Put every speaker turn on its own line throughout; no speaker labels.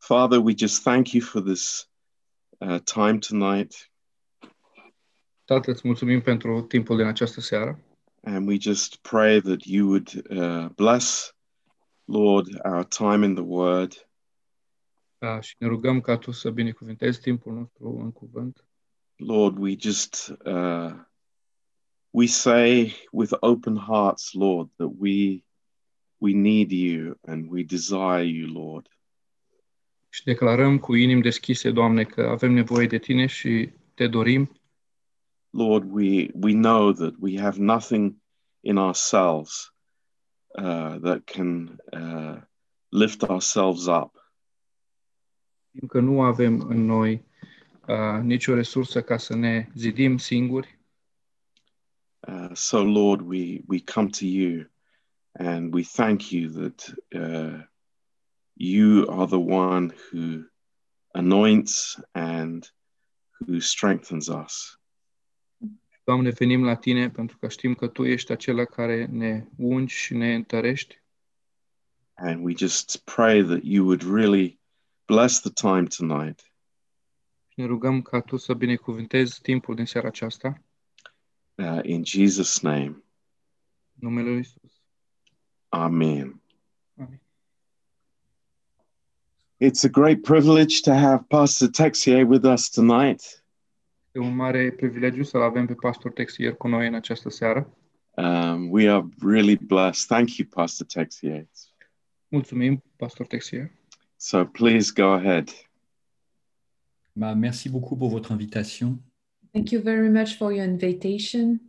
Father, we just thank you for this uh, time tonight,
Tată, îți mulțumim pentru timpul din această seară
and we just pray that you would uh, bless, Lord, our time in the Word,
uh, și ne rugăm ca Tu să binecuvintezi timpul nostru în cuvânt.
Lord, we just uh, we say with open hearts, Lord, that we we need you and we desire you, Lord.
Și declarăm cu inimi deschise, Doamne, că avem nevoie de Tine și Te dorim.
Lord, we we know that we have nothing in ourselves uh, that can uh, lift ourselves up.
Știm că nu avem în noi uh, nicio resursă ca să ne zidim singuri,
Uh, so, Lord, we we come to you, and we thank you that uh, you are the one who anoints and who strengthens us.
Doamne, venim la Tine pentru că știm că Tu ești acela care ne ungi și ne întărești.
And we just pray that you would really bless the time tonight.
Și ne rugăm ca Tu să binecuvintezi timpul din seara aceasta,
Uh, in Jesus' name,
în numele Lui Iisus.
Amen.
Amen.
It's a great privilege to have Pastor Texier with us tonight.
E un mare privilegiu să-L avem pe pastor Texier cu noi în această seară.
Um, we are really blessed. Thank you, Pastor Texier.
Mulțumim, pastor Texier.
So please go ahead.
Bah, merci beaucoup pour votre invitation.
Thank you very much for your invitation.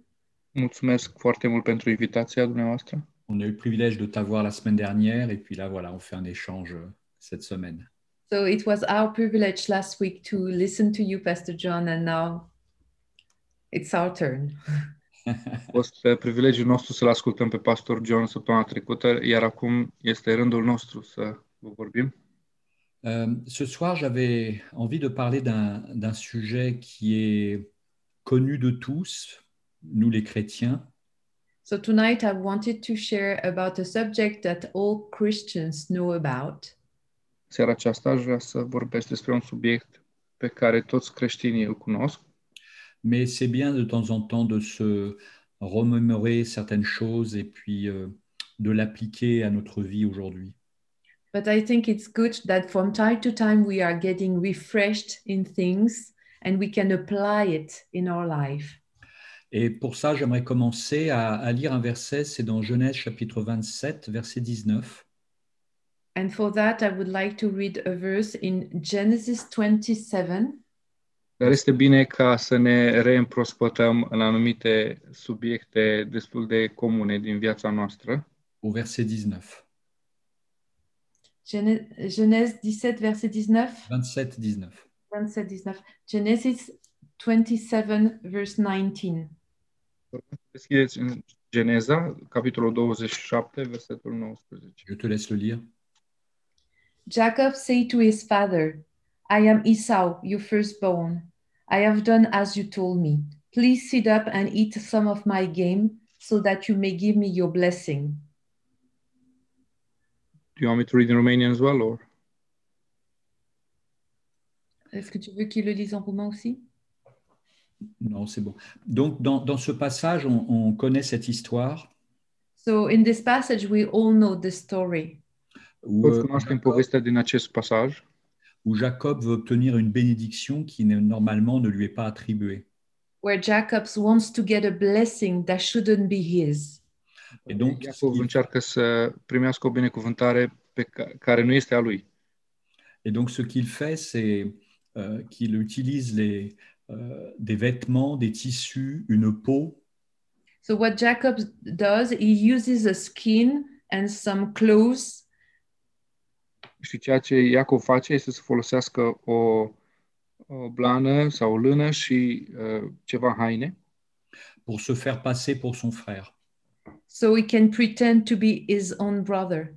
Mulțumesc foarte mult pentru invitația dumneavoastră.
On a eu le privilège de t'avoir la semaine dernière et puis là, voilà, on fait un échange euh, cette semaine.
So it was our privilege last week to listen to you, Pastor John, and now it's our turn.
A fost uh, privilegiul nostru să-l ascultăm pe pastor John săptămâna trecută, iar acum este rândul nostru să vă vorbim.
Euh, ce soir, j'avais envie de parler d'un d'un sujet qui est connu de tous, nous les chrétiens,
So tonight I wanted to share about a subject that all Christians know about.
Seara aceasta aș vrea să vorbesc despre un subiect pe care toți creștinii îl cunosc,
mais c'est bien de temps en temps de se remémorer certaines choses et puis euh, de l'appliquer à notre vie aujourd'hui.
But I think it's good that from time to time we are getting refreshed in things and we can apply it in our life.
Et pour ça, j'aimerais commencer à, à lire un verset, c'est dans Genèse chapitre 27, verset 19.
And for that, I would like to read a verse in Genesis 27,
dar este bine ca să ne reîmprospătăm în anumite subiecte destul de comune din viața noastră.
au verset 19.
Gene- Genèse 17, verset 19.
27, 19.
27, 19. Genesis 27, verse 19.
Deschideți în Geneza, capitolul 27, versetul 19.
Je te laisse le lire.
Jacob said to his father, I am Esau, your firstborn. I have done as you told me. Please sit up and eat some of my game so that you may give me your blessing.
Do you want me to read in Romanian as well? Or?
Est-ce que tu veux qu'il le dise en roumain aussi?
Non, c'est bon. Donc, dans, dans ce passage, on, on connaît cette histoire
So, in this passage, we all know the story.
où,
Toți
euh,
cunoaștem
Jacob,
povestea din acest pasaj,
où Jacob veut obtenir une bénédiction qui n'est- normalement ne lui est pas attribuée.
Where Jacob wants to get a blessing that shouldn't be his.
Et donc,
Iacov încearcă să primească o binecuvântare pe ca- care nu este a lui.
Et donc, ce qu'il fait, c'est euh, qu'il utilise les, euh, des vêtements, des tissus, une peau
So what Jacob does, he uses a skin and some clothes.
Și ceea ce Iacov face este să folosească o, o blană sau o lână și uh, ceva haine
pour se faire passer pour son frère.
So he can pretend to be his own brother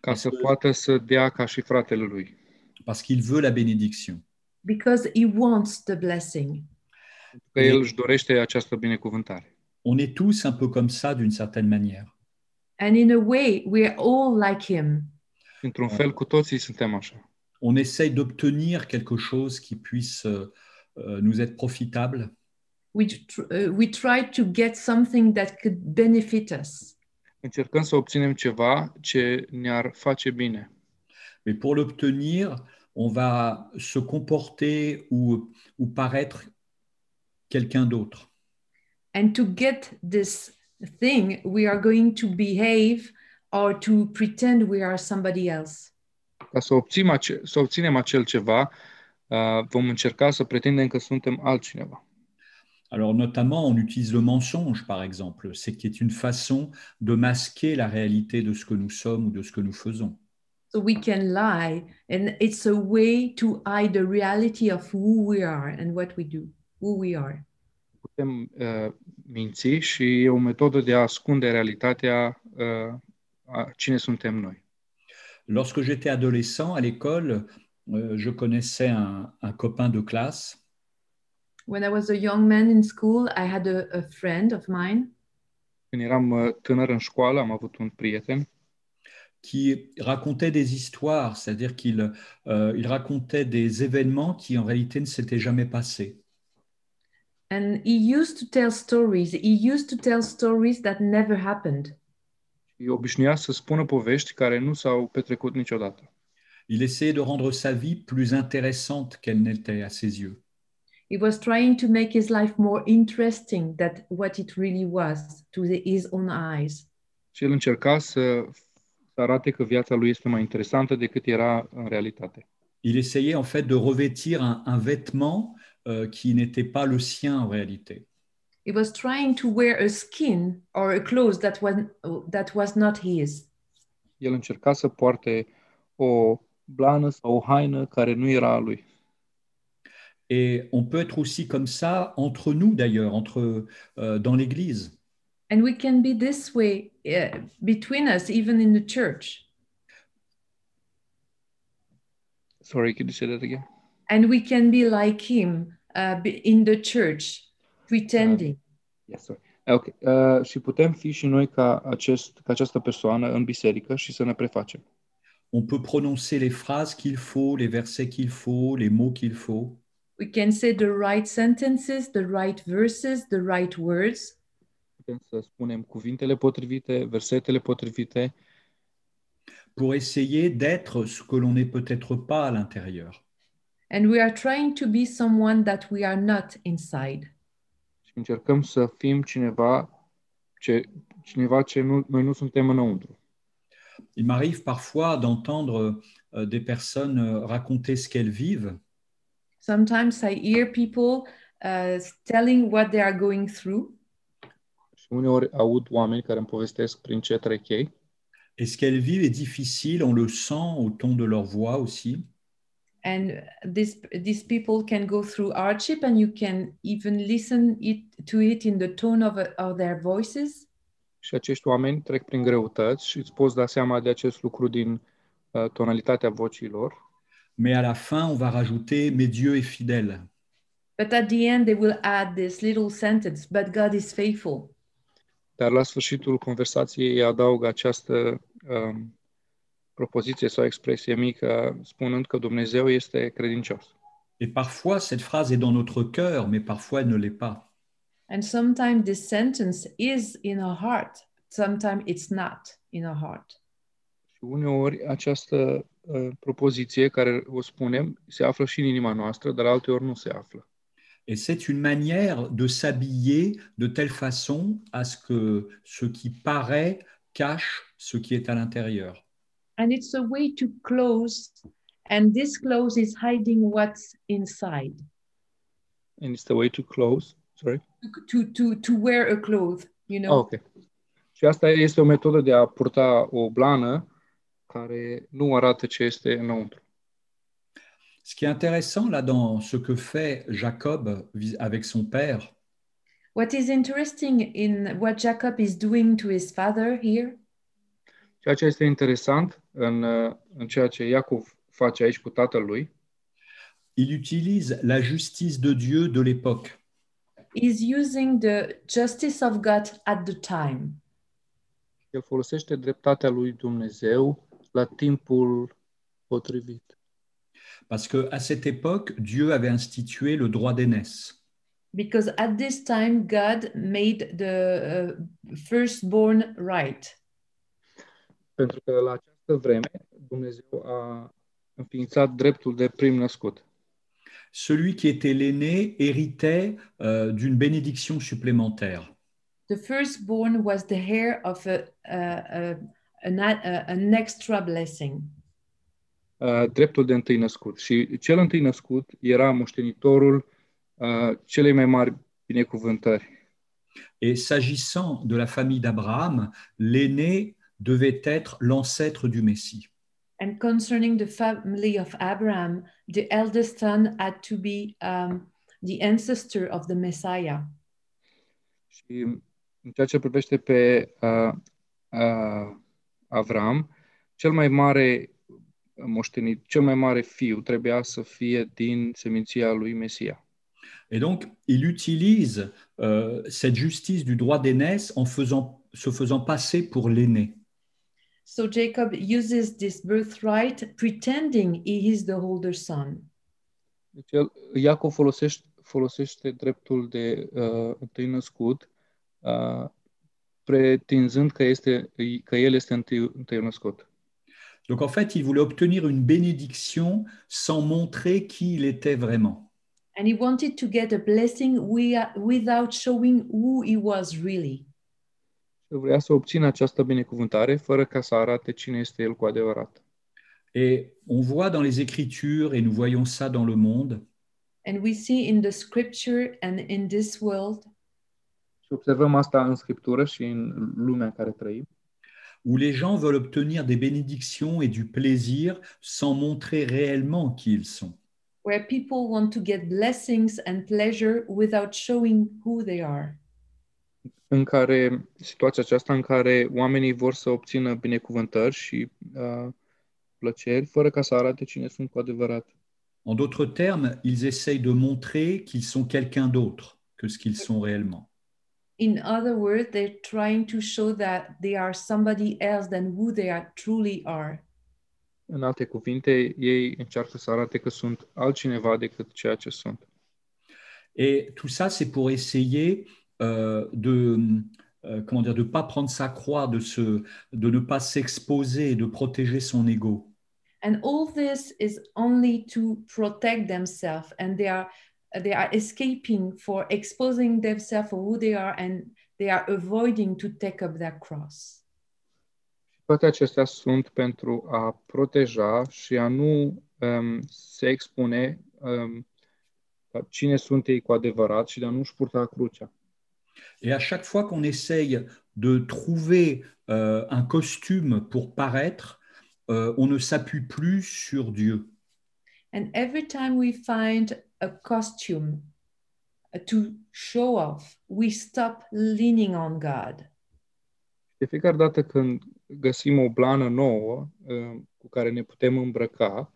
ca să
Este-
poată să dea ca și fratele lui.
parce qu'il veut la bénédiction.
because he wants the blessing.
Că el își dorește această binecuvântare.
On est tous un peu comme ça d'une certaine manière.
And in a way, we're all like him.
Într-un fel, cu toții suntem așa.
on essaye d'obtenir quelque chose qui puisse euh, euh, nous être profitable.
We, tr- uh, we try to get something that could benefit us.
Încercăm să obținem ceva ce ne-ar face bine.
Mais pour l'obtenir, on va se comporter ou, ou paraître quelqu'un d'autre.
And to get this thing, we are going to behave or to pretend we are somebody else.
Ca să, obțim ace- să obținem acel ceva, uh, vom încerca să pretindem că suntem altcineva.
Alors notamment, on utilise le mensonge, par exemple, c'est qui est une façon de masquer la réalité de ce que nous sommes ou de ce que nous faisons.
So we can lie, and it's a way to hide the reality of who we are and what we do, who we are.
Putem uh, minți și e o metodă de a ascunde realitatea uh, a cine suntem noi.
Lorsque j'étais adolescent à l'école, euh, je connaissais un, un copain de classe
When I was a young man in school, I had a, a friend of mine
Când eram uh, tânăr în școală, am avut un prieten
qui racontait des histoires, c'est-à-dire qu'il euh, il racontait des événements qui en réalité ne s'étaient jamais passés.
And he used to tell stories. He used to tell stories that never happened.
și obișnuia să spună povești care nu s-au petrecut niciodată.
Il essayait de rendre sa vie plus intéressante qu'elle n'était à ses yeux.
He was trying to make his life more interesting than what it really was to the- his own eyes.
Și el încerca să, să arate că viața lui este mai interesantă decât era în realitate.
Il essayait en fait de revêtir un, un vêtement euh, qui n'était pas le sien en réalité.
He was trying to wear a skin or a clothes that was, that was not his.
El încerca să poarte o blană sau o haină care nu era a lui.
Et on peut être aussi comme ça entre nous d'ailleurs, entre euh, dans l'Église.
And we can be this way eh, between us, even in the church.
Sorry, could you say that again?
And we can be like him uh, be- in the church, pretending.
Yes, sorry. Okay. Uh, și putem fi și noi ca, acest, ca această persoană în biserică și să ne prefacem.
On peut prononcer les phrases qu'il faut, les versets qu'il faut, les mots qu'il faut.
We can say the right sentences, the right verses, the right words.
Putem să spunem cuvintele potrivite, versetele potrivite,
pour essayer d'être ce que l'on n'est peut-être pas à l'intérieur.
And we are trying to be someone that we are not inside.
și încercăm să fim cineva ce, cineva ce nu, noi nu suntem înăuntru.
Il m'arrive parfois d'entendre euh, des personnes euh, raconter ce qu'elles vivent
Sometimes I hear people uh, telling what they are going through
Și uneori aud oameni care îmi povestesc prin ce trec ei
et ce qu'elles vivent est difficile, on le sent au ton de leur voix aussi.
and this, these people can go through hardship and you can even listen it, to it in the tone of, of their voices.
și acești oameni trec prin greutăți și îți poți da seama de acest lucru din uh, tonalitatea vocii lor
Mais à la fin, on va rajouter mais Dieu est fidèle.
But at the end, they will add this little sentence, but God is faithful.
dar la sfârșitul conversației ei adaugă această um, propoziție sau expresie mică, spunând că Dumnezeu este credincios.
Et parfois cette phrase est dans notre cœur, mais parfois elle ne l'est pas.
And sometimes this sentence is in our heart, sometimes it's not in our heart.
Și uneori această uh, propoziție care o spunem se află și în inima noastră, dar alteori nu se află.
Et c'est une manière de s'habiller de telle façon à ce que ce qui paraît cache ce qui est à l'intérieur.
and it's a way to close and this close is hiding what's inside
And it's the way to close. Sorry.
to to to wear a cloth you know
Ah, ok. Și asta este o metodă de a purta o blană care nu arată ce este înăuntru.
Ce qui est intéressant là dans ce que fait Jacob vis- avec son père,
what is interesting in what jacob is doing to his father here
Ceea ce este interesant în, uh, în ceea ce Iacov face aici cu tatălui,
il utilise la justice de Dieu de l'époque.
is using the justice of god at the time
el folosește dreptatea lui Dumnezeu la timpul potrivit.
Parce qu'à cette époque, Dieu avait institué le droit d'aînesse.
because at this time God made the uh, firstborn right.
Pentru că la această vreme Dumnezeu a înființat dreptul de prim născut.
Celui qui était l'aîné héritait euh, d'une bénédiction supplémentaire.
The firstborn was the heir of a, a, a, an, a, an extra blessing.
uh, dreptul de întâi născut. Și cel întâi născut era moștenitorul uh, celei mai mari binecuvântări.
Et s'agissant de la famille d'Abraham, l'aîné devait être l'ancêtre du Messie.
And concerning the family of Abraham, the eldest son had to be um, the ancestor of the Messiah.
Și în ceea ce privește pe uh, uh, Avram, cel mai mare moștenit, cel mai mare fiu trebuia să fie din seminția lui Mesia.
Et donc, il utilise euh, cette justice du droit d'aînesse en faisant, se faisant passer pour l'aîné.
So Jacob uses this birthright, pretending he is the older son.
Deci el, Iacov folosește, folosește dreptul de uh, întâi născut, uh, pretinzând că, este, că el este întâi, întâi născut.
Donc, en fait, il voulait obtenir une bénédiction sans montrer qui il était vraiment.
And he wanted to get a blessing wi- without showing who he was really.
El vrea să obțină această binecuvântare fără ca să arate cine este el cu adevărat.
Et on voit dans les Écritures, et nous voyons ça dans le monde,
And we see in the scripture and in this world
Și observăm asta în Scriptură și în lumea în care trăim,
où les gens veulent obtenir des bénédictions et du plaisir sans montrer réellement qui ils sont.
where people want to get blessings and pleasure without showing who they are.
în care situația aceasta în care oamenii vor să obțină binecuvântări și uh, plăceri fără ca să arate cine sunt cu adevărat.
En d'autres termes, ils essayent de montrer qu'ils sont quelqu'un d'autre que ce qu'ils sont réellement.
In other words, they're trying to show that they are somebody else than who they are, truly are.
În alte cuvinte, ei încearcă să arate că sunt altcineva decât ceea ce sunt.
Et tout ça, c'est pour essayer euh, de euh, comment dire, de pas prendre sa croix, de, se, de ne pas s'exposer, de protéger son ego.
And all this is only to protect themselves, and they are they are escaping for exposing themselves for who they are, and they are avoiding to take up their cross.
Toate acestea sunt pentru a proteja și a nu um, se expune um, ca cine sunt ei cu adevărat și de a nu-și purta crucea.
Et à chaque fois qu'on essaye de trouver euh, un costume pour paraître, euh, on ne s'appuie plus sur Dieu.
And every time we find a costume to show off, we stop leaning on God.
De fiecare dată când găsim o blană nouă um, cu care ne putem îmbrăca,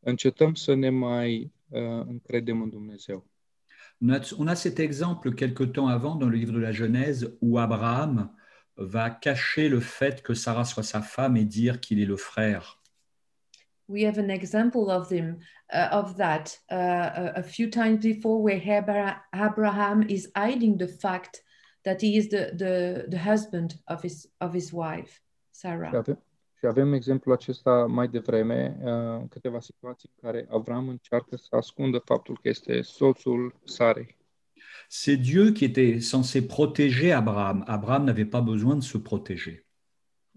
încetăm să ne mai uh, încredem în Dumnezeu.
On a, on a cet exemple quelque temps avant dans le livre de la Genèse où Abraham va cacher le fait que Sarah soit sa femme et dire qu'il est le frère.
We have an example of them uh, of that uh, a, a few times before, where Abra- Abraham is hiding the fact that he is the, the, the husband of his of his wife Sarah.
Și avem, și avem exemplul acesta mai devreme, uh, în câteva situații în care Avram încearcă să ascundă faptul că este soțul Sarei.
C'est Dieu qui était censé protéger Abraham. Abraham n'avait pas besoin de se protéger.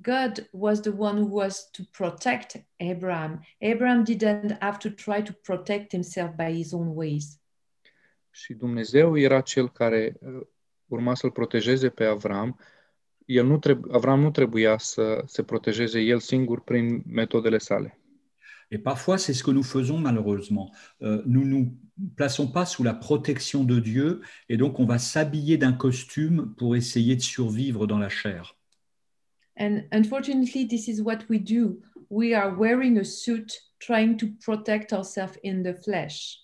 God was the one who was to protect Abraham. Abraham didn't have to try to protect himself by his own ways.
Și Dumnezeu era cel care uh, urma să-l protejeze pe Avram. El nu trebu- Avram nu trebuia să se protejeze el singur prin metodele sale.
Et parfois, c'est ce que nous faisons malheureusement. Euh, nous ne nous plaçons pas sous la protection de Dieu et donc on va s'habiller d'un costume pour essayer de survivre dans la chair.
And unfortunately, this is what we do. We are wearing a suit trying to protect ourselves in the flesh.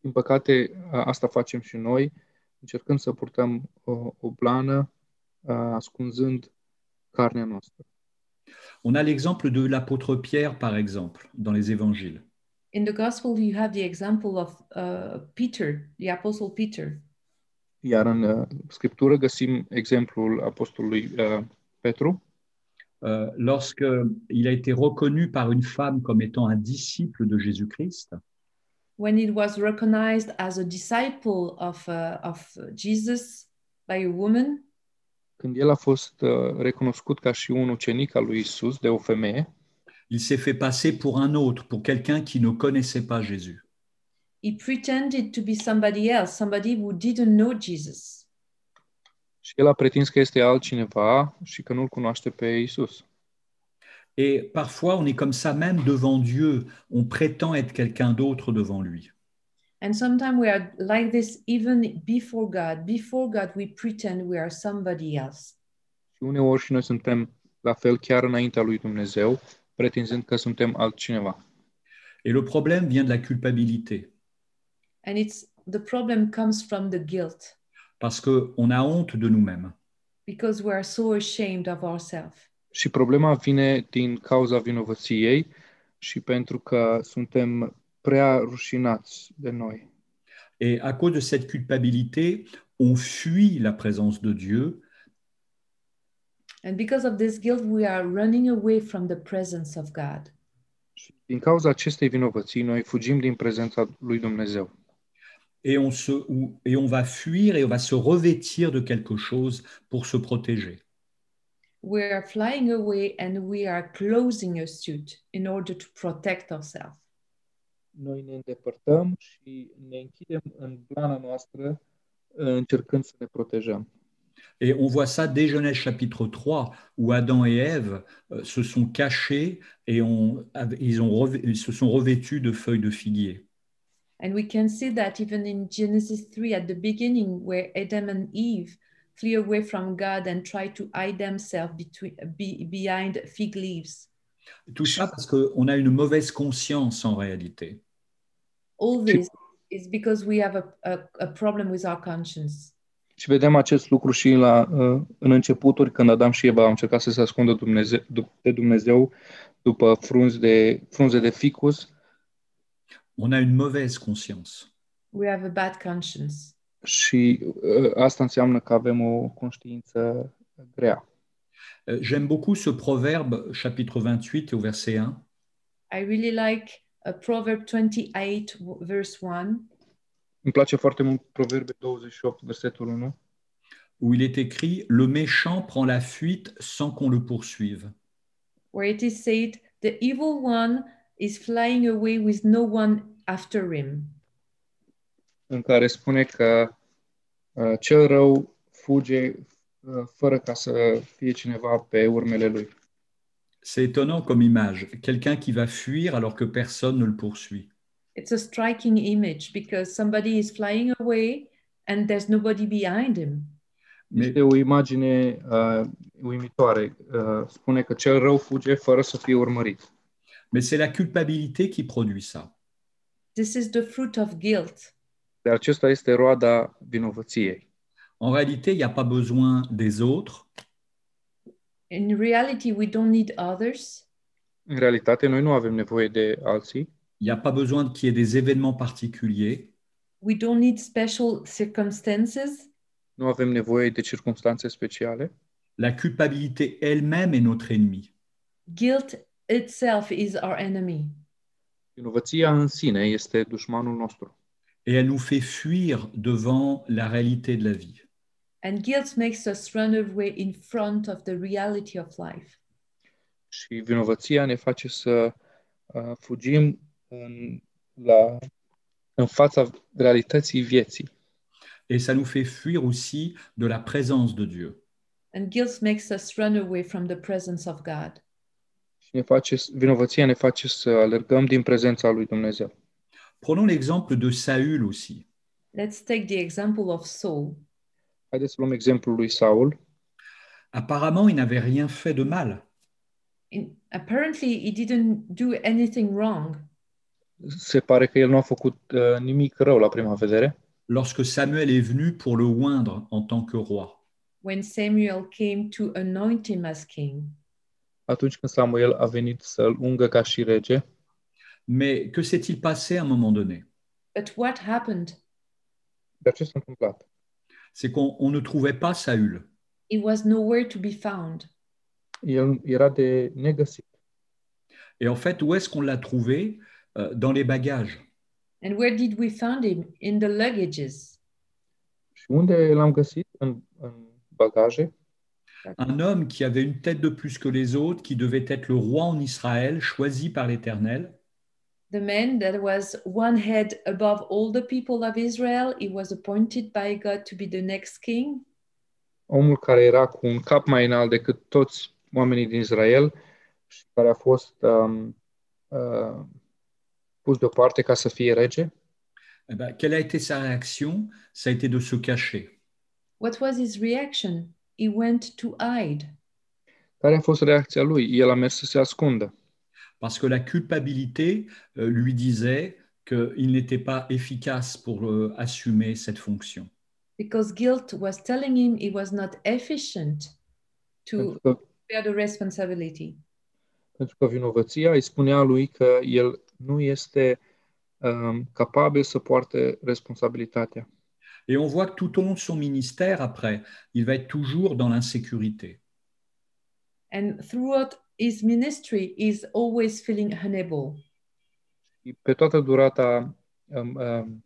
Din păcate, a- asta facem și noi, încercând să purtăm o, o blană, uh, ascunzând carnea noastră.
On a l'exemple de l'apôtre Pierre, par exemple, dans les évangiles.
In the gospel, you have the example of uh, Peter, the apostle Peter.
Iar în uh, Scriptură găsim exemplul apostolului uh, Petru,
Euh, lorsque il a été reconnu par une femme comme étant un disciple de Jésus-Christ,
When it was recognized as a disciple of, uh, of Jesus by a woman,
când el a fost uh, recunoscut ca și un ucenic al lui Isus de o femeie,
il s'est fait passer pour un autre, pour quelqu'un qui ne connaissait pas Jésus.
he pretended to be somebody else, somebody who didn't know Jesus.
și el a pretins că este altcineva și că nu-l cunoaște pe Isus.
Et parfois, on est comme ça même devant Dieu, on prétend être quelqu'un d'autre devant lui.
And sometimes we are like this even before God. Before God, we pretend we are somebody else.
Și uneori și noi suntem la fel chiar înaintea lui Dumnezeu, pretinzând că suntem altcineva.
Et le problème vient de la culpabilité,
And it's the problem comes from the guilt
parce qu'on a honte de nous-mêmes.
because we are so ashamed of ourselves.
Și problema vine din cauza vinovăției și pentru că suntem prea rușinați de noi.
Et à cause de cette culpabilité, on fuit la présence de Dieu
And because of this guilt, we are running away from the presence of God.
Și din cauza acestei vinovății, noi fugim din prezența lui Dumnezeu.
et on, se, ou- et on va fuir et on va se revêtir de quelque chose pour se protéger.
We are flying away and we are closing a suit in order to protect ourselves.
Noi ne îndepărtăm și ne închidem în blana noastră, uh, încercând să ne protejăm.
Et on voit ça dès Genèse chapitre 3, où Adam et Ève euh, se sont cachés et ont- av- ils, ont revê- ils se sont revêtus de feuilles de figuier.
And we can see that even in Genesis 3 at the beginning, where Adam and Eve flee away from God and try to hide themselves between, be, behind fig leaves.
Tout ça parce qu'on a une mauvaise conscience en réalité.
All this is because we have a, a, a problem with our conscience.
Și vedem acest lucru și la, uh, în începuturi, când Adam și Eva au încercat să se ascundă Dumnezeu, dup- de Dumnezeu după frunze de, frunze de ficus
On a une mauvaise conscience.
We have a bad conscience.
și uh, asta înseamnă că avem o conștiință grea.
Euh, J'aime beaucoup ce proverbe chapitre 28 au verset 1.
I really like uh, Proverb 28, w- verse 1,
Îmi place foarte mult Proverbe 28, versetul 1.
où il est écrit Le méchant prend la fuite sans qu'on le poursuive.
where it is said, The evil one is flying away with no one after him.
în care spune că uh, cel rău fuge uh, fără ca să fie cineva pe urmele lui.
C'est étonnant comme image, quelqu'un qui va fuir alors que personne ne le poursuit.
It's a striking image because somebody is flying away and there's nobody behind him.
Mais
Este o imagine uh, uimitoare. Uh, spune că cel rău fuge fără să fie urmărit.
Mais c'est la culpabilité qui produit ça.
This is the fruit of guilt.
Dar acesta este roada vinovăției.
En réalité, il n'y a pas besoin des autres.
In reality, we don't need others.
În realitate, noi nu avem nevoie de alții,
Il n'y a pas besoin qu'il y ait des événements particuliers.
We don't need special circumstances.
nu avem nevoie de circunstanțe speciale.
La culpabilité elle-même est notre ennemi.
Guilt itself is our enemy.
Vinovăția în sine este dușmanul nostru
Et elle nous fait fuir devant la réalité de la vie.
And guilt makes us run away in front of the reality of life.
și vinovăția ne face să uh, fugim în, la, în fața realității vieții
Et ça nous fait fuir aussi de la présence de Dieu.
And guilt makes us run away from the presence of God.
și ne face, vinovăția ne face să alergăm din prezența lui Dumnezeu.
Prenons l'exemple de Saül aussi.
Let's take the example of Saul.
Haideți să luăm exemplul lui Saul.
Apparemment, il n'avait rien fait de mal.
In, apparently, he didn't do anything wrong.
Se pare că el nu a făcut uh, nimic rău la prima vedere,
Lorsque Samuel est venu pour le oindre en tant que roi,
when Samuel came to anoint him as king.
atunci când Samuel a venit să-l ungă ca și rege,
Mais que s'est-il passé à un moment donné
But what happened?
Dar ce s-a întâmplat?
C'est qu'on on ne trouvait pas Saül.
It was nowhere to be found.
El era de negăsit.
Et en fait, où est-ce qu'on l'a trouvé Euh, Dans les bagages.
And where did we find him? In the luggages.
Și unde l-am găsit? În, în bagaje.
Un homme qui avait une tête de plus que les autres, qui devait être le roi en Israël, choisi par l'Éternel,
The man that was one head above all the people of Israel, he was appointed by God to be the next king.
Omul care era cu un cap mai înalt decât toți oamenii din Israel și care a fost um, uh, pus deoparte ca să fie rege.
eh ben, quelle a été sa réaction Ça a été de se cacher.
What was his reaction? He went to hide
Care a fost reacția lui? El a mers să se ascundă.
Parce que la culpabilité euh, lui disait qu'il n'était pas efficace pour euh, assumer cette fonction.
because guilt was telling him he was not efficient to
Pentru că,
bear the responsibility.
pentru că vinovăția îi spunea lui că el nu este um, capabil să poarte responsabilitatea.
Et on voit que tout au long de son ministère, après, il va être toujours dans l'insécurité.
And throughout his ministry, he's always feeling unable.
Și Pe toată durata um, um,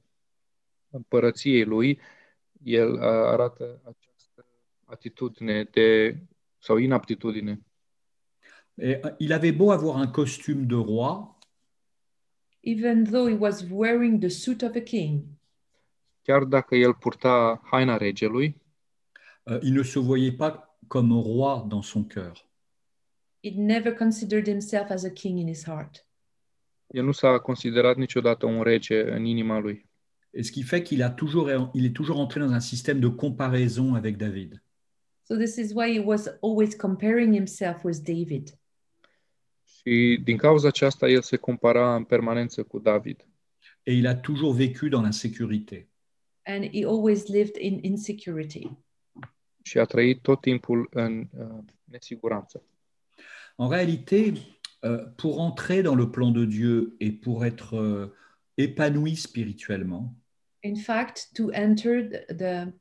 împărăției lui, el uh, arată această atitudine de, sau inaptitudine.
Et euh, il avait beau avoir un costume de roi,
Even though he was wearing the suit of a king,
Chiar dacă el purta haina regelui,
euh, il ne se voyait pas comme roi dans son cœur.
he never considered himself as a king in his heart.
el nu s-a considerat niciodată un rege în inima lui.
Et ce qui fait qu'il a toujours, il est toujours entré dans un système de comparaison avec David.
So, this is why he was always comparing himself with David.
Și din cauza aceasta el se compara în permanență cu David.
Et il a toujours vécu dans l'insécurité.
and he always lived in insecurity.
și a trăit tot timpul în uh, nesiguranță.
En réalité, euh, pour entrer dans le plan de Dieu et pour être euh, épanoui spirituellement,
In fact, to enter the the,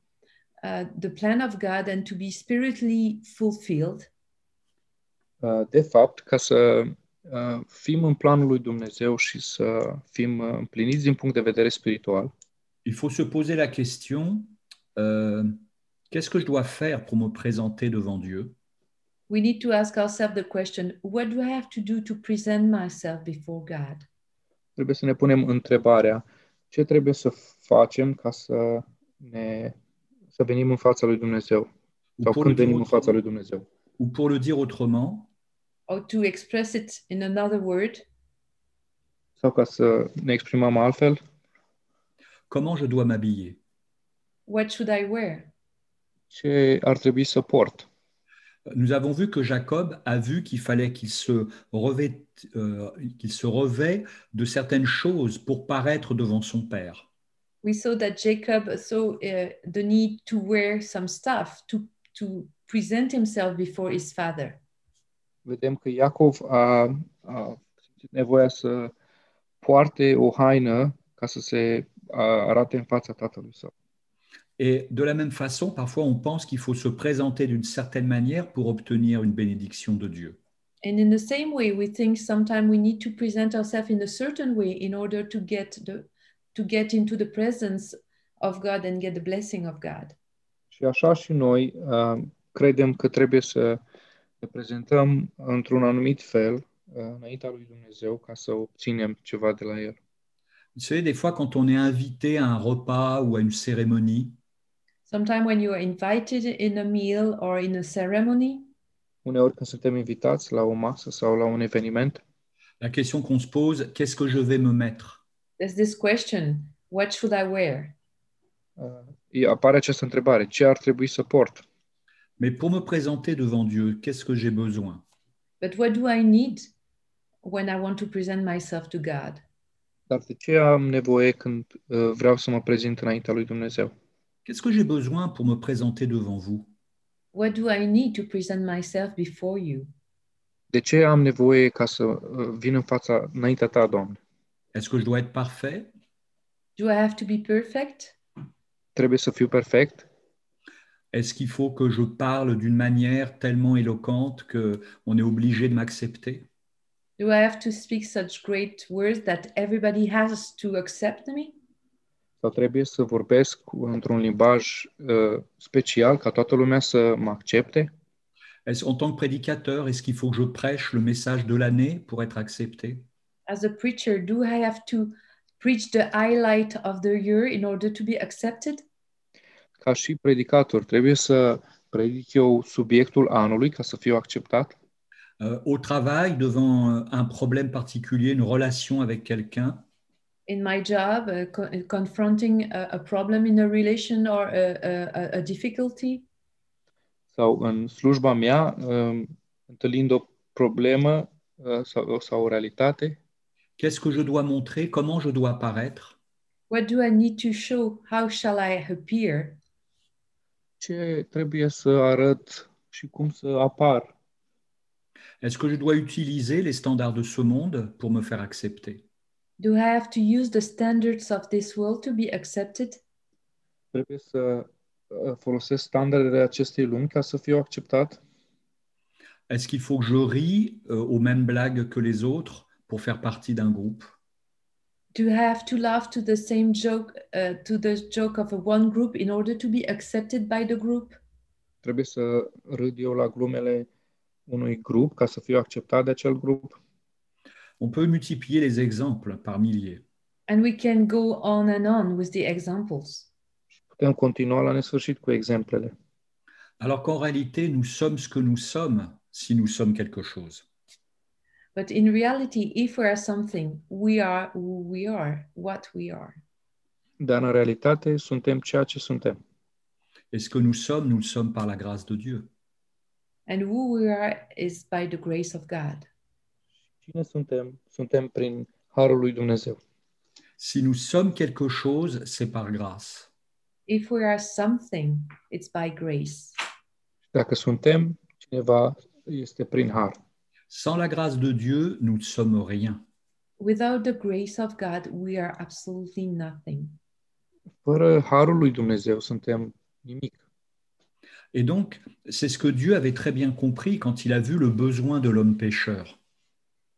uh, the plan of God and to be spiritually fulfilled,
Uh, de fapt, ca să uh, fim în planul lui Dumnezeu și să fim uh, împliniți din punct de vedere spiritual,
il faut se poser la question, euh, qu'est-ce que je dois faire pour me présenter devant Dieu
we need to ask ourselves the question: What do I have to do to present myself before God?
trebuie să ne punem întrebarea ce trebuie să facem ca să ne să venim în fața lui Dumnezeu
ou
sau
pour, le
când
dire
venim în fața lui
autrement,
Dumnezeu.
ou pour le dire autrement,
Or to express it in another word,
Sau ca să ne exprimăm altfel,
comment je dois m'habiller
what should I wear?
ce ar trebui să port.
Nous avons vu que Jacob a vu qu'il fallait qu'il se, revêt, euh, qu'il se revêt de certaines choses pour paraître devant son père.
We saw that Jacob saw uh, the need to wear some stuff to to present himself before his father.
Vedem că Iacov a, a simțit nevoia să poarte o haină ca să se a, arate în fața tatălui său.
Et de la même façon, parfois on pense qu'il faut se présenter d'une certaine manière pour obtenir une bénédiction de Dieu.
And in the same way, we think sometimes we need to present ourselves in a certain way in order to get the to get into the presence of God and get the blessing of God.
Și așa și noi uh, credem că trebuie să ne prezentăm într-un anumit fel uh, înaintea lui Dumnezeu ca să obținem ceva de la El.
Vous savez, des fois quand on est invité à un repas ou à une cérémonie,
Sometimes when you are invited in a meal or in a ceremony,
Uneori când suntem invitați la o masă sau la un eveniment,
la question qu'on se pose, qu'est-ce que je vais me mettre
there's this question: What should I wear?
uh, îi apare această întrebare, ce ar trebui să port?
Mais pour me présenter devant Dieu, qu'est-ce que j'ai besoin
But what do I need when I want to present myself to God?
Dar de ce am nevoie când uh, vreau să mă prezint înaintea lui Dumnezeu?
Qu'est-ce que j'ai besoin pour me présenter devant vous
What do I need to present myself before you?
De ce am nevoie ca să uh, vin în fața, înaintea ta, Doamne?
Est-ce que je dois être parfait
Do I have to be perfect?
Trebuie să fiu perfect?
Est-ce qu'il faut que je parle d'une manière tellement éloquente que on est obligé de m'accepter
Do I have to speak such great words that everybody has to accept me?
Sau trebuie să vorbesc cu- într-un limbaj uh, special ca toată lumea să mă accepte?
Est-ce- En tant que prédicateur, est-ce qu'il faut que je prêche le message de l'année pour être accepté
As a preacher, do I have to preach the highlight of the year in order to be accepted?
Ca și predicator, trebuie să predic eu subiectul anului ca să fiu acceptat?
Euh, Au travail, devant euh, un- un problème particulier, une relation avec quelqu'un,
In my job, uh, co- confronting a, a problem in a relation or a- a, a, a difficulty,
Sau în slujba mea, uh, întâlnind o problemă uh, sau, sau o realitate?
qu'est-ce que je dois montrer Comment je dois apparaître
what do I need to show? How shall I appear?
Ce trebuie să arăt și cum să apar?
Est-ce que je dois utiliser les standards de ce monde pour me faire accepter
Do I have to use the standards of this world to be accepted?
Trebuie să uh, folosesc standardele acestei lumi ca să fiu acceptat?
Est-ce qu'il faut que je rie euh, aux mêmes blagues que les autres pour faire partie d'un groupe
Do I have to laugh to the same joke, uh, to the joke of one group in order to be accepted by the group?
Trebuie să râd eu la glumele unui grup ca să fiu acceptat de acel grup?
On peut multiplier les exemples par milliers.
And we can go on and on with the examples.
Putem continua la nesfârșit cu exemplele.
Alors qu'en réalité, nous sommes ce que nous sommes si nous sommes quelque chose.
But in reality, if we are something, we are who we are, what we are.
Dar în realitate suntem ceea ce suntem.
Et ce que nous sommes, nous le sommes par la grâce de Dieu.
And who we are is by the grace of God.
Cine suntem? Suntem prin Harul lui Dumnezeu.
Si nous sommes quelque chose, c'est par grâce.
If we are something, it's by grace.
Dacă suntem, cineva este prin Har.
Sans la grâce de Dieu, nous ne sommes rien.
Without the grace of God, we are absolutely nothing.
Fără Harul lui Dumnezeu suntem nimic.
Et donc, c'est ce que Dieu avait très bien compris quand il a vu le besoin de l'homme pécheur.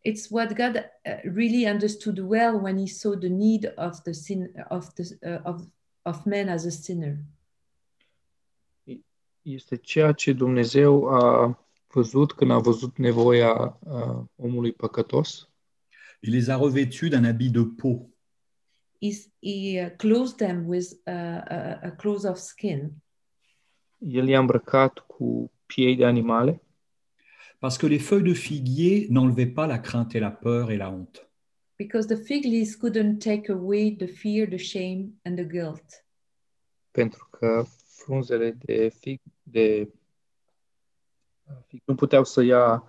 It's what God uh, really understood well when he saw the need of the sin of the uh, of of man as a sinner.
Este ceea ce Dumnezeu a văzut când a văzut nevoia a, omului păcătos
Il les a revêtus d'un habit de peau.
He's, he uh, clothed them with uh, a, a clothes of skin
El i-a îmbrăcat cu piei de animale,
Parce que les feuilles de figuier n'enlevaient pas la crainte et la peur et la honte.
because the fig leaves couldn't take away the fear, the shame, and the guilt.
pentru că frunzele de fig, de fig nu puteau să ia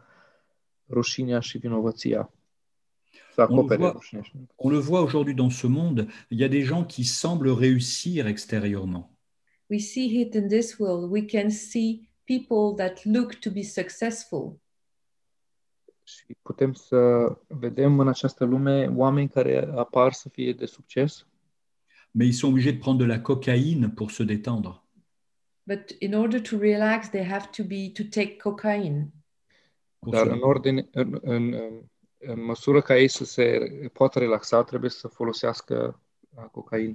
rușinea și vinovăția, să acopere
voit.
rușinea și vinovăția.
On le voit aujourd'hui dans ce monde, il y a des gens qui semblent réussir extérieurement,
We see it in this world. We can see people that look to be successful,
Și putem să vedem în această lume oameni care apar să fie de succes,
mais ils sont obligés de prendre de la cocaïne pour se détendre.
but in order to relax, they have to be to take cocaine.
Pour
Dar
se-
în ordine, în, în, în, în măsură ca ei să se poată relaxa, trebuie să folosească uh, cocaină.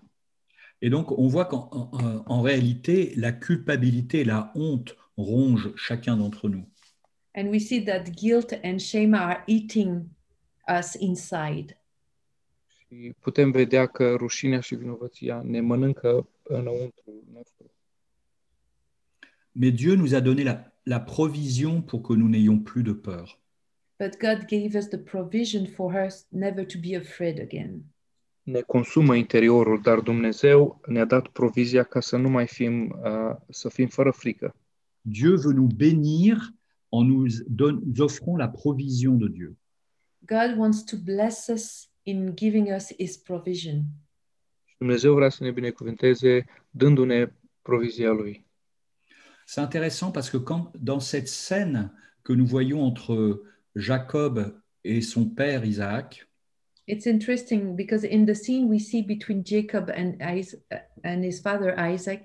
Et donc, on voit qu'en en- en réalité, la culpabilité et la honte rongent chacun d'entre nous.
And we see that guilt and shame are eating us inside.
Și putem vedea că rușinea și vinovăția ne mănâncă înăuntru nostru.
Mais Dieu nous a donné la, la provision pour que nous n'ayons plus de peur.
But God gave us the provision for us never to be afraid again.
Ne consumă interiorul, dar Dumnezeu ne-a dat provizia ca să nu mai fim, uh, să fim fără frică.
Dieu veut nous bénir en nous, don- nous offrant la provision de Dieu.
God wants to bless us in giving us his provision.
Și Dumnezeu vrea să ne binecuvânteze dându-ne provizia Lui.
C'est intéressant parce que quand, dans cette scène que nous voyons entre Jacob et son père Isaac,
It's interesting because in the scene we see between Jacob and Is- and his father Isaac,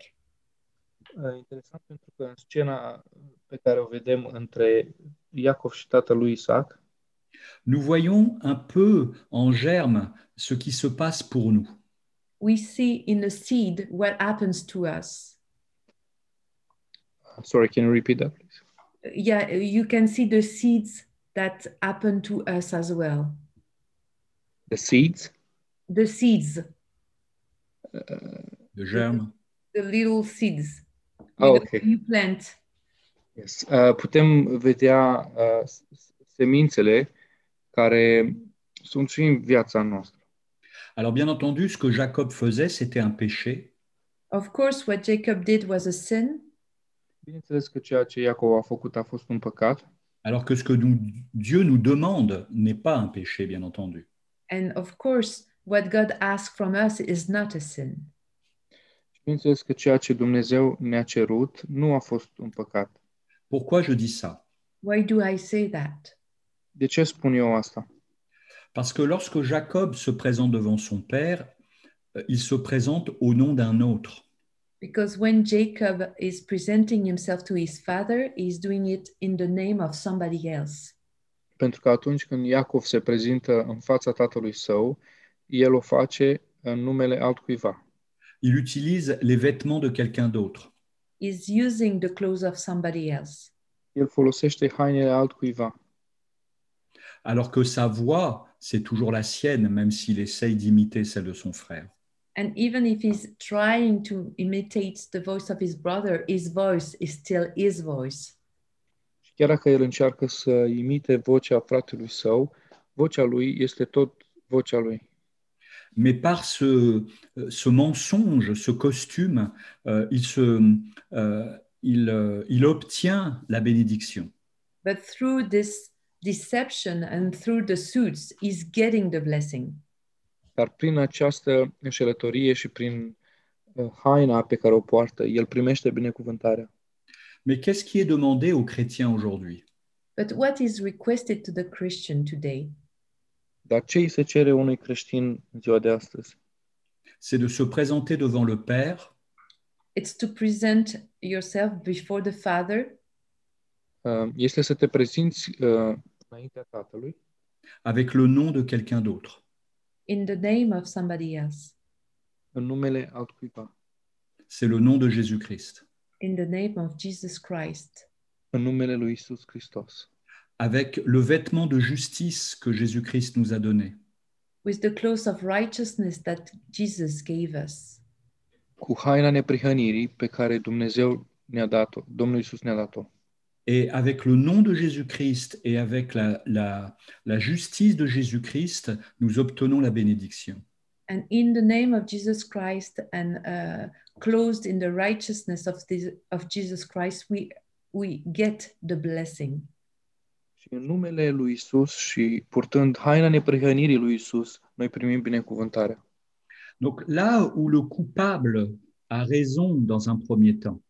Uh, Interesant pentru că în scena pe care o vedem între Iacov și tatălui Isaac,
Nous voyons un peu en germe ce qui se passe pour nous.
we see in the seed what happens to us.
sorry, can you repeat that, please?
Yeah, you can see the seeds that happen to us as well.
The seeds,
The seeds,
Le germe.
the little seeds.
Ah,
You know,
ok.
You plant.
Yes. Uh, putem vedea uh, s- s- semințele care sunt și în viața noastră.
Alors bien entendu, ce que Jacob faisait, c'était un péché.
Of course, what Jacob did was a sin,
Bineînțeles că ceea ce Iacov a făcut a fost un păcat,
Alors que ce que nous- Dieu nous demande n'est pas un péché, bien entendu.
and of course, what God asks from us is not a sin.
și bineînțeles că ceea ce Dumnezeu ne-a cerut nu a fost un păcat.
Pourquoi je dis ça
Why do I say that?
De ce spun eu asta?
Parce que lorsque Jacob se présente devant son père, euh, il se présente au nom d'un autre.
Because when Jacob is presenting himself to his father, he's doing it in the name of somebody else.
Pentru că atunci când Iacov se prezintă în fața tatălui său, el o face în numele altcuiva.
Il utilise les vêtements de quelqu'un d'autre.
He's using the clothes of somebody else.
El folosește hainele altcuiva.
Alors que sa voix, c'est toujours la sienne, même s'il essaye d'imiter celle de son frère.
And even if he's trying to imitate the voice of his brother, his voice is still his voice.
Și chiar dacă el încearcă să imite vocea fratelui său, vocea lui este tot vocea lui.
Mais par ce, euh, ce mensonge, ce costume, euh, il, se, euh, il, euh, il obtient la bénédiction.
But through this deception and through the suits, he's getting the blessing.
Dar prin această înșelătorie și prin uh, haina pe care o poartă, el primește binecuvântarea.
Mais qu'est-ce qui est demandé aux chrétiens aujourd'hui
But what is requested to the Christian today
Dar ce îi se cere unui creștin în ziua de astăzi?
C'est de se présenter devant le Père
it's to present yourself before the Father
Uh, Este să te prezinți uh, înaintea tatălui
avec le nom de quelqu'un d'autre.
in the name of somebody else,
în numele altcuiva,
C'est le nom de Jésus-Christ,
in the name of Jesus Christ,
în numele lui Isus Hristos.
avec le vêtement de justice que Jésus-Christ nous a donné,
with the clothes of righteousness that Jesus gave us,
cu haina neprihănirii pe care Dumnezeu ne-a dat-o, Domnul Iisus ne-a dat-o.
et avec le nom de Jésus-Christ et avec la- la- la justice de Jésus-Christ, nous obtenons la bénédiction.
and in the name of Jesus Christ, and uh, clothed in the righteousness of this, of Jesus Christ, we we get the blessing.
Și în numele lui Isus și purtând haina neprihănirii lui Isus, noi primim binecuvântarea.
Donc là où le coupable a raison dans un premier temps,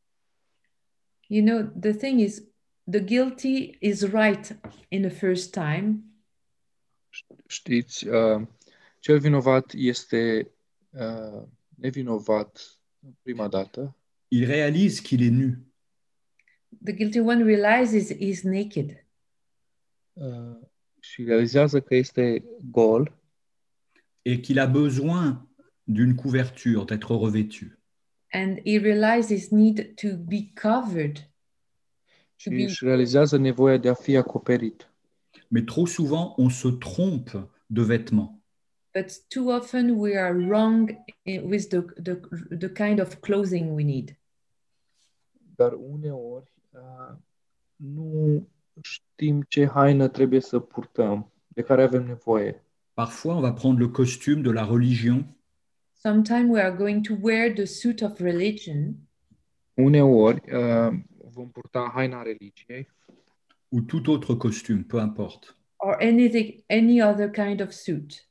You know, the thing is, the guilty is right in the first time,
Știți, uh, cel vinovat este uh, nevinovat prima dată,
il réalise qu'il est nu.
the guilty one realizes he's naked.
uh, și realizează că este gol
et qu'il a besoin d'une couverture, d'être revêtu.
and he realizes need to be covered
și
Bine.
își realizează nevoia de a fi acoperit.
Mais trop souvent, on se trompe de vêtements.
but too often we are wrong i- with the, the, the kind of clothing we need
dar uneori uh, nu știm ce haină trebuie să purtăm, de care avem nevoie.
Parfois, on va prendre le costume de la religion,
sometimes we are going to wear the suit of religion
Uneori uh, vom purta haina religiei
ou tout autre costume, peu importe.
or anything any other kind of suit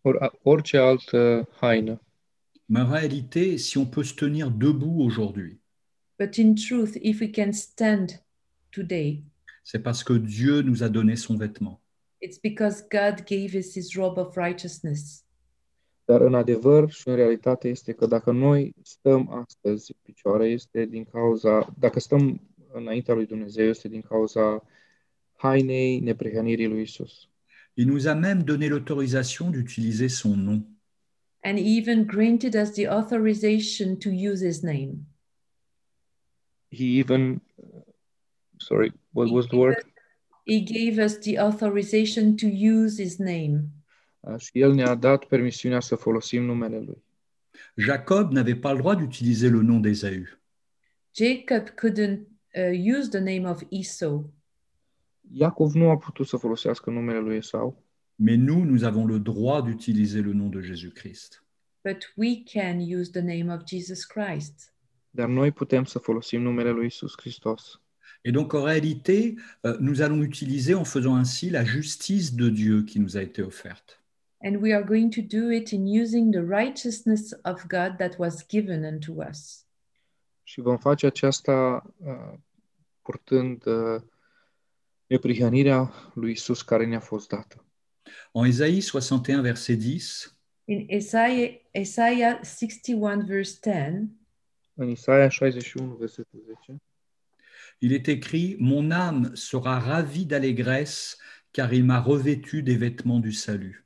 or orice altă haină.
Mais en réalité, si on peut se tenir debout aujourd'hui,
but in truth if we can stand today
c'est parce que Dieu nous a donné son vêtement.
It's because God gave us his robe of righteousness.
Dar în adevăr și în realitate este că dacă noi stăm astăzi în picioare, este din cauza, dacă stăm înaintea lui Dumnezeu, este din cauza hainei neprihănirii lui Isus.
Il nous a même donné l'autorisation d'utiliser son nom.
And he even granted us the authorization to use his name.
He even, uh, sorry, what was the word?
He gave us the authorization to use his name.
Uh, Și El ne-a dat permisiunea să folosim numele Lui.
Jacob n'avait pas le droit d'utiliser le nom d'Ésaü.
Jacob couldn't uh, use the name of Esau,
Iacov nu a putut să folosească numele lui Esau,
Mais nous, nous avons le droit d'utiliser le nom de Jésus-Christ.
but we can use the name of Jesus Christ.
dar noi putem să folosim numele lui Isus Hristos.
Et donc en réalité, euh, nous allons utiliser en faisant ainsi la justice de Dieu qui nous a été offerte.
And we are going to do it in using the righteousness of God that was given unto us.
Și vom face aceasta uh, purtând uh, neprihănirea lui Isus care ne-a fost dată.
En Ésaïe 61, verset 10,
In Isaiah, Isaiah 61, verse 10,
În Isaia 61, versetul 10,
il est écrit, Mon âme sera ravie d'allégresse, car il m'a revêtu des vêtements du salut.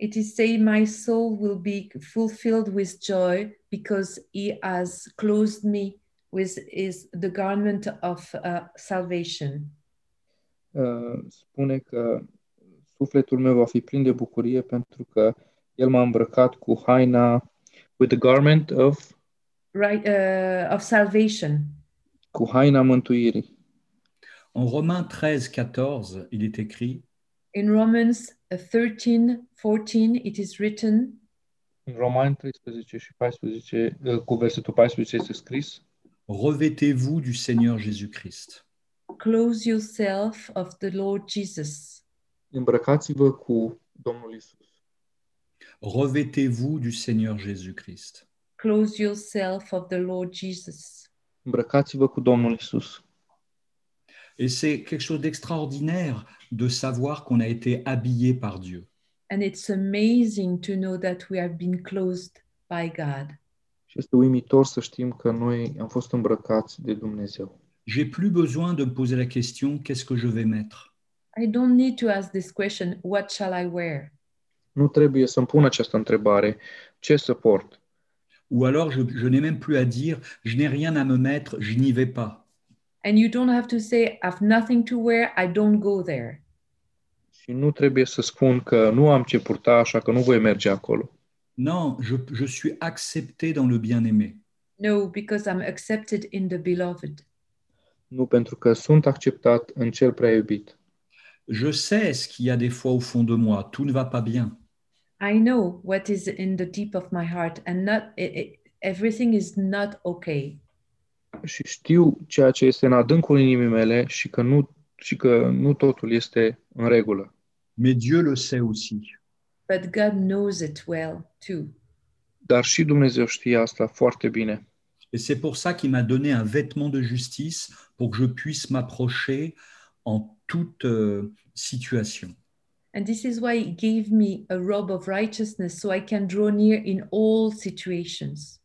it is saying, My soul will be fulfilled with joy because he has clothed me with his, the garment of uh, salvation.
uh, spune că sufletul meu va fi plin de bucurie pentru că El m-a îmbrăcat cu haina, with the garment of,
Right, uh, of salvation.
cu haina mântuirii.
En Romains 13, 14, il est écrit,
In Romans 13, 14, it is written,
În Romani 13 și 14, uh, cu versetul 14 este scris,
Revêtez-vous du Seigneur Jésus-Christ.
Close yourself of the Lord Jesus.
îmbrăcați-vă cu Domnul Isus.
Revêtez-vous du Seigneur Jésus-Christ.
Close yourself of the Lord Jesus.
Îmbrăcați-vă cu Domnul Isus.
Et c'est quelque chose d'extraordinaire de savoir qu'on a été habillé par Dieu.
And it's amazing to know that we have been clothed by God.
Și este uimitor să știm că noi am fost îmbrăcați de Dumnezeu.
J'ai plus besoin de me poser la question qu'est-ce que je vais mettre
I don't need to ask this question, what shall I wear?
Nu trebuie să-mi pun această întrebare, ce să port?
Ou alors je, je n'ai même plus à dire je n'ai rien à me mettre, je n'y vais pas.
And you don't have to say, I've nothing to wear, I don't go there.
Și nu trebuie să spun că nu am ce purta, așa că nu voi merge acolo.
Non, je, je suis accepté dans le bien-aimé.
No, because I'm accepted in the beloved.
Nu pentru că sunt acceptat în cel prea iubit.
Je sais ce qu'il y a des fois au fond de moi, tout ne va pas bien.
I know what is in the deep of my heart, and not it, it- everything is not okay.
Și știu ceea ce este în adâncul inimii mele și că nu, și că nu totul este în regulă.
Mais Dieu le sait aussi.
But God knows it well too.
Dar și Dumnezeu știe asta foarte bine.
Et c'est pour ça qu'il m'a donné un vêtement de justice pour que je puisse m'approcher en toute euh, situation.
And this is why He gave me a robe of righteousness so I can draw near in all situations.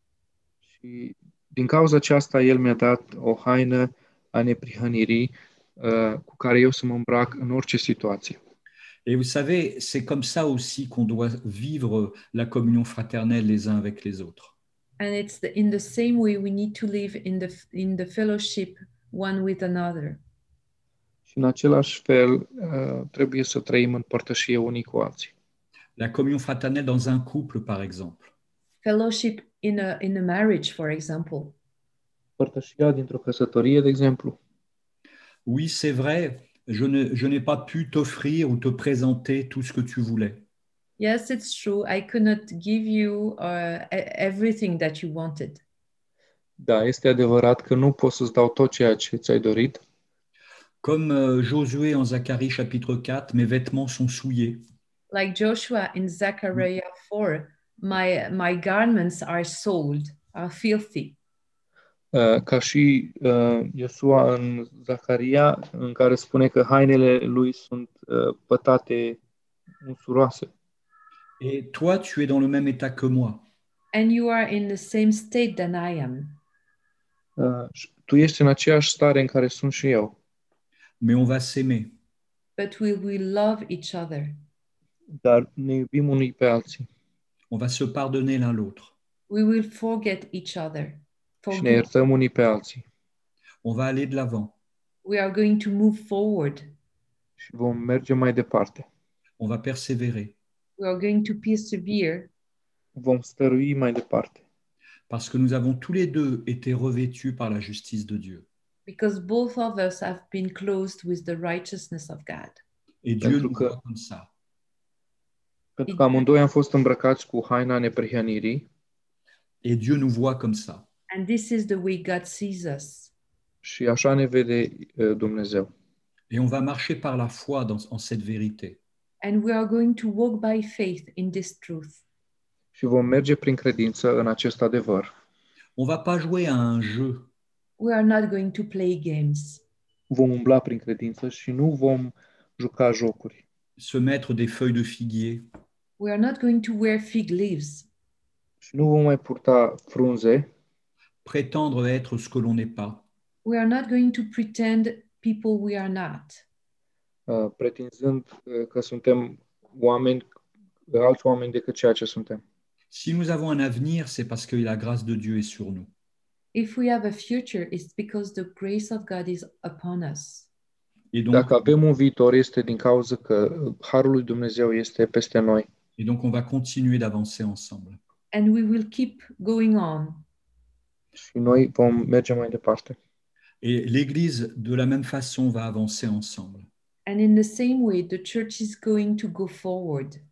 Și din cauza aceasta, El mi-a dat o haină a neprihănirii uh, cu care eu să mă îmbrac în orice situație.
Et vous savez, c'est comme ça aussi qu'on doit vivre la communion fraternelle les uns avec les autres.
And it's the, in the same way we need to live in the in the fellowship one with another.
Și în același fel, uh, trebuie să trăim în părtășie unii cu alții.
La communion fraternelle dans un couple, par exemple.
Fellowship in a in a marriage, for example.
Părtășia dintr-o căsătorie, de exemplu.
Oui, c'est vrai, je ne- je n'ai pas pu t'offrir ou te présenter tout ce que tu voulais.
Yes, it's true. I could not give you uh, e- everything that you wanted.
Da, este adevărat că nu pot să-ți dau tot ceea ce ți-ai dorit,
Comme euh, Josué en Zacharie chapitre 4, mes vêtements sont souillés.
Like Joshua in Zechariah 4, my my garments are sold, are filthy.
uh, ca și uh, Iosua în Zaharia, în care spune că hainele lui sunt uh, pătate unsuroase.
Et toi, tu es dans le même état que moi.
and you are in the same state than I am.
Uh, și tu ești în aceeași stare în care sunt și eu,
mais on va s'aimer.
But we will love each other.
dar ne iubim unii pe alții
On va se pardonner l'un l'autre.
We will forget each other.
și ne
Forgive.
iertăm unii pe alții
On va aller de l'avant.
We are going to move forward.
și vom merge mai departe.
On va persévérer.
We are going to persevere
Vom stărui mai departe,
Parce que nous avons tous les deux été revêtus par la justice de Dieu.
because both of us have been clothed with the righteousness of God.
Et Dieu
Pentru
nous
că-
voit comme ça.
pentru că amândoi am fost îmbrăcați cu haina neprihănirii
Et Dieu nous voit comme ça.
And this is the way God sees us.
și așa ne vede uh, Dumnezeu.
Et on va marcher par la foi dans, en cette vérité.
And we are going to walk by faith in this truth.
Și vom merge prin credință în acest adevăr.
On va pas jouer à un jeu.
We are not going to play games,
Vom umbla prin credință și nu vom juca jocuri.
se mettre des feuilles de figuier,
we are not going to wear fig leaves,
Și nu vom mai purta frunze
prétendre être ce que l'on n'est pas.
we are not going to pretend people we are not.
uh, pretinzând uh, că suntem oameni, alți oameni decât ceea ce suntem.
Si nous avons un avenir, c'est parce que la grâce de Dieu est sur nous.
If we have a future, it's because the grace of God is upon us.
Et donc,
Dacă avem un viitor, este din cauza că harul lui Dumnezeu este peste noi
et donc on va continuer d'avancer ensemble.
And we will keep going on.
și noi vom merge mai departe.
Et l'Église, de la même façon, va avancer ensemble.
And in the same way, the church is going to go forward.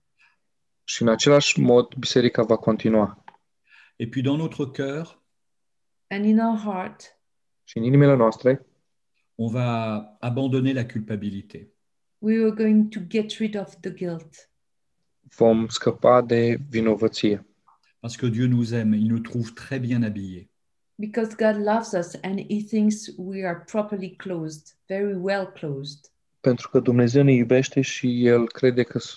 Și în același mod, biserica va continua.
Et puis dans notre cœur,
And in our heart,
Și în inimile noastre
on va abandonner la culpabilité.
we are going to get rid of the guilt
vom scăpa de vinovăție,
Parce que Dieu nous aime, il nous trouve très bien habillés.
because God loves us and He thinks we are properly closed, very well closed,
pentru că Dumnezeu ne iubește și El crede că s-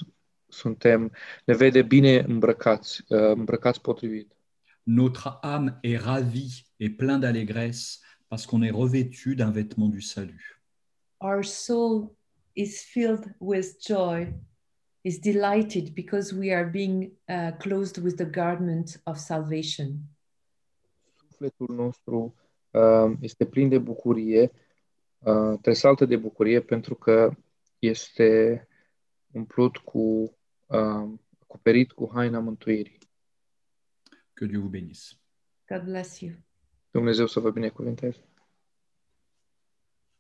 suntem, ne vede bine îmbrăcați, uh, îmbrăcați potrivit.
Notre âme est ravie et pleine d'allégresse parce qu'on est revêtu d'un vêtement du salut.
Our soul is filled with joy, is delighted because we are being uh, clothed with the garment of salvation.
sufletul nostru uh, este plin de bucurie, uh, tresaltă de bucurie pentru că este umplut cu, uh, acoperit cu haina mântuirii.
Que Dieu vous bénisse.
God bless you.
Dumnezeu să vă binecuvânteze.